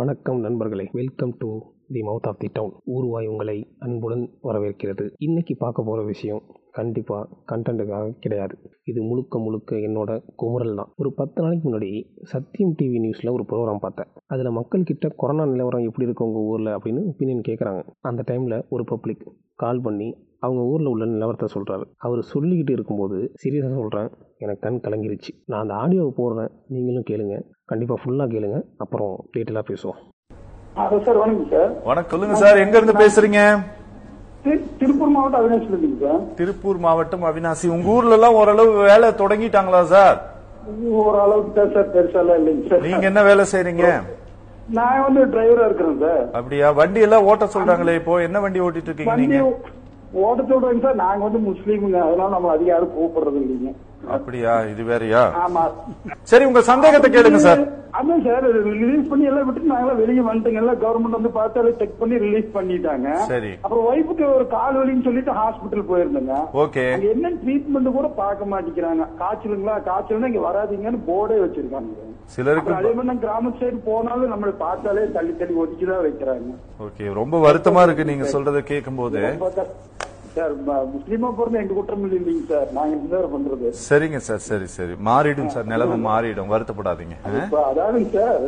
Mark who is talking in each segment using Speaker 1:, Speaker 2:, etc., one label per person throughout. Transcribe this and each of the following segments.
Speaker 1: வணக்கம் நண்பர்களே welcome to the mouth of the town ஊர்வாய் உங்களை அன்புடன் வரவேற்கிறது இன்னைக்கு பார்க்க போகிற விஷயம் கண்டிப்பாக கண்டென்ட்டுக்காக கிடையாது இது முழுக்க முழுக்க என்னோட குமுறல் தான் ஒரு பத்து நாளைக்கு முன்னாடி சத்தியம் டிவி நியூஸில் ஒரு ப்ரோக்ராம் பார்த்தேன் அதில் மக்கள்கிட்ட கொரோனா நிலவரம் எப்படி இருக்கு உங்கள் ஊரில் அப்படின்னு ஒப்பீனியன் கேட்குறாங்க அந்த டைமில் ஒரு பப்ளிக் கால் பண்ணி அவங்க ஊரில் உள்ள நிலவரத்தை சொல்கிறாரு அவர் சொல்லிக்கிட்டு இருக்கும்போது சீரியஸாக சொல்கிறேன் எனக்கு கண் கலங்கிருச்சு நான் அந்த ஆடியோவை போடுறேன் நீங்களும் கேளுங்க கண்டிப்பாக ஃபுல்லாக கேளுங்க அப்புறம் டீட்டெயிலாக பேசுவோம்
Speaker 2: ஹலோ சார் வணக்கம் சார்
Speaker 3: வணக்கம் சொல்லுங்க சார் எங்க இருந்து பேசுறீங்க
Speaker 2: தி- திருப்பூர் மாவட்டம் அவினாசியில் இருக்கீங்க சார்
Speaker 3: திருப்பூர் மாவட்டம் அவினாசி உங்க ஊர்ல எல்லாம் ஓரளவு வேலை தொடங்கிட்டாங்களா சார்
Speaker 2: இது ஓரளவுக்கு தான் சார் பெருசாலாம் இல்லைங்க சார்
Speaker 3: நீங்க என்ன வேலை செய்றீங்க
Speaker 2: நான் வந்து டிரைவரா இருக்கிறேன் சார்
Speaker 3: அப்படியா வண்டி எல்லாம் ஓட்ட சொல்றாங்களே இப்போ என்ன வண்டி ஓட்டிட்டு இருக்கீங்க
Speaker 2: வண்டி
Speaker 3: நீங்க
Speaker 2: ஓட்ட சொல்றேங்க சார் நாங்க வந்து முஸ்லீமுங்க அதனால நம்ம அதிகம் யாரும் கூப்பிடுறது இல்லைங்க
Speaker 3: அப்படியா இது வேறயா
Speaker 2: ஆமா
Speaker 3: சரி உங்க சந்தேகத்தை கேளுங்க சார்
Speaker 2: அதான் சார் ரிலீஸ் பண்ணி எல்லாம் விட்டு நாங்களாம் வெளியே வந்துட்டோங்க எல்லாம் கவர்மெண்ட் வந்து பார்த்து எல்லாம் செக் பண்ணி ரிலீஸ் பண்ணிட்டாங்க
Speaker 3: சரி.
Speaker 2: அப்புறம் ஒய்ஃபுக்கு ஒரு கால் வலின்னு சொல்லிட்டு ஹாஸ்பிட்டல் போயிருந்தேங்க
Speaker 3: ஓகே
Speaker 2: அங்க என்ன ட்ரீட்மெண்ட் கூட பார்க்க மாட்டேங்கிறாங்க காய்ச்சலுங்களா காய்ச்சல்னா இங்க வராதீங்கன்னு போர்டே வச்சிருக்காங்க
Speaker 3: சிலருக்கு
Speaker 2: அப்புறம் அதே மாதிரி நம்ம கிராம சைடு போனாலும் நம்மளை பார்த்தாலே தள்ளி தள்ளி ஒதுக்கிதான் வைக்கிறாங்க
Speaker 3: ஓகே ரொம்ப வருத்தமா இருக்கு நீங்க சொல்றத கேட்கும்போது
Speaker 2: ரொம்ப கஷ்டம். சார் ம- முஸ்லீமா பிறந்த எங்க குற்றம் இல்லைங்க சார் நாங்க என்ன சார் பண்றது
Speaker 3: சரிங்க சார் சரி சரி மாறிடும் சார் நிலைமை மாறிடும் வருத்தப்படாதீங்க ஆ?
Speaker 2: இப்ப அதாவதுங்க சார்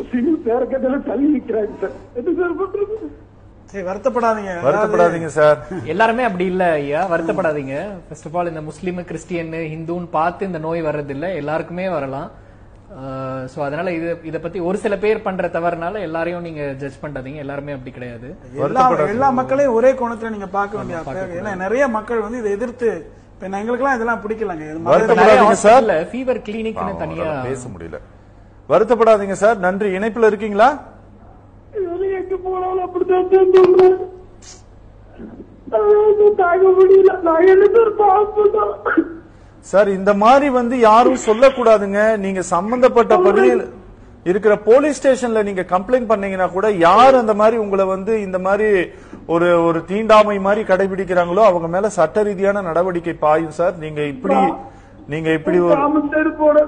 Speaker 2: முஸ்லீம் பேர கேட்டாலே தள்ளி நிக்கிறாங்க சார் என்ன சார் பண்றது
Speaker 4: சரி வருத்தப்படாதீங்க
Speaker 3: வருத்தப்படாதீங்க சார்
Speaker 5: எல்லாருமே அப்படி இல்ல ஐயா வருத்தப்படாதீங்க ஃபர்ஸ்ட் ஆஃப் ஆல் இந்த முஸ்லீம் கிறிஸ்டியன் ஹிந்துன்னு பார்த்து இந்த நோய் வர்றது இல்ல எல்லாருக்குமே வரலாம் சோ அதனால இது இத பத்தி ஒரு சில பேர் பண்ற தவறுனால எல்லாரையும் நீங்க ஜட்ஜ் பண்ணாதீங்க எல்லாருமே அப்படி கிடையாது
Speaker 4: எல்லா எல்லா மக்களையும் ஒரே கோணத்துல நீங்க பார்க்க வேண்டிய தேவை. ஏன்னா நிறைய மக்கள் வந்து இதை எதிர்த்து இப்ப நான் எங்களுக்கெல்லாம் இதெல்லாம் பிடிக்கலங்க இது மாதிரி
Speaker 3: வருத்தப்படாதீங்க சார்.
Speaker 5: நிறைய ஹாஸ்பிட்டல்ல ஃபீவர் கிளினிக்னு
Speaker 3: பாவம்,
Speaker 5: தனியா
Speaker 3: அவரால பேச முடியல வருத்தப்படாதீங்க சார் நன்றி இணைப்புல இருக்கீங்களா
Speaker 2: வெளிய எங்க போனாலும் அப்படித்தான் சார் சொல்றேன் அதாவது தாங்க முடியல நான் என்ன சார் பாப்போம்
Speaker 3: சார் இந்த மாதிரி வந்து யாரும் சொல்லக்கூடாதுங்க நீங்க சம்பந்தப்பட்ட பகுதியில் இருக்கிற போலீஸ் ஸ்டேஷன்ல நீங்க கம்ப்ளைண்ட் பண்ணீங்கன்னா கூட யார் அந்த மாதிரி உங்களை வந்து இந்த மாதிரி ஒரு ஒரு தீண்டாமை மாதிரி கடைபிடிக்கிறாங்களோ அவங்க மேல சட்ட ரீதியான நடவடிக்கை பாயும் சார் நீங்க இப்படி நீங்க இப்படி ஒரு
Speaker 2: கிராம சைடு போட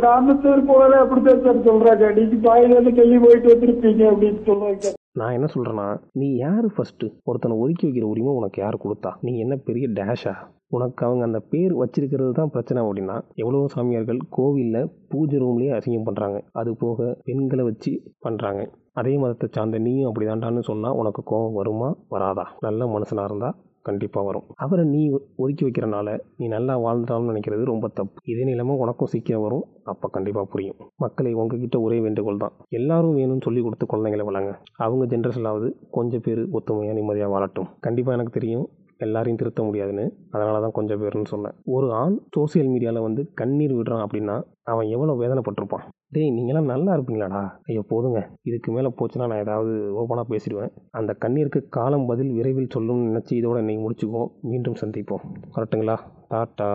Speaker 2: கிராம சைடு போடல அப்படித்தான் சார் சொல்றாங்க நீங்க பாயில இருந்து கல்வி போயிட்டு வந்திருப்பீங்க அப்படின்னு சொல்றாங்க
Speaker 1: நான் என்ன சொல்கிறேன்னா நீ யார் ஃபஸ்ட்டு ஒருத்தனை ஒதுக்கி வைக்கிற உரிமை உனக்கு யார் கொடுத்தா நீ என்ன பெரிய டேஷா உனக்கு அவங்க அந்த பேர் வச்சிருக்கிறது தான் பிரச்சனை அப்படின்னா எவ்வளோ சாமியார்கள் கோவிலில் பூஜை ரூம்லேயே அசிங்கம் பண்ணுறாங்க அது போக பெண்களை வச்சு பண்ணுறாங்க அதே மதத்தை சார்ந்த நீயும் அப்படி தாண்டான்னு சொன்னால் உனக்கு கோபம் வருமா வராதா நல்ல மனுஷனாக இருந்தால் கண்டிப்பாக வரும் அவரை நீ ஒ- ஒதுக்கி வைக்கிறனால நீ நல்லா வாழ்ந்தாலும் நினைக்கிறது ரொம்ப தப்பு இதே நிலைமை உனக்கும் சீக்கிரம் வரும் அப்போ கண்டிப்பாக புரியும் மக்களை உங்ககிட்ட ஒரே வேண்டுகோள் தான் எல்லாரும் வேணும்னு சொல்லி கொடுத்து குழந்தைங்களை வளங்க அவங்க ஜென்ரேஷனாவது கொஞ்சம் பேர் ஒத்துமையாக நிம்மதியாக வாழட்டும் கண்டிப்பாக எனக்கு தெரியும் எல்லாரையும் திருத்த முடியாதுன்னு அதனால தான் கொஞ்சம் பேர்னு சொன்னேன் ஒரு ஆண் சோஷியல் மீடியாவில் வந்து கண்ணீர் விடுறான் அப்படின்னா அவன் எவ்வளோ வேதனைப்பட்டிருப்பான் டேய் நீங்களாம் நல்லா இருப்பீங்களாடா ஐயோ போதுங்க இதுக்கு மேலே போச்சுன்னா நான் ஏதாவது ஓப்பனாக பேசிடுவேன் அந்த கண்ணீருக்கு காலம் பதில் விரைவில் சொல்லும்னு நினச்சி இதோட இன்னைக்கு முடிச்சுக்குவோம் மீண்டும் சந்திப்போம் கரெக்டுங்களா டாட்டா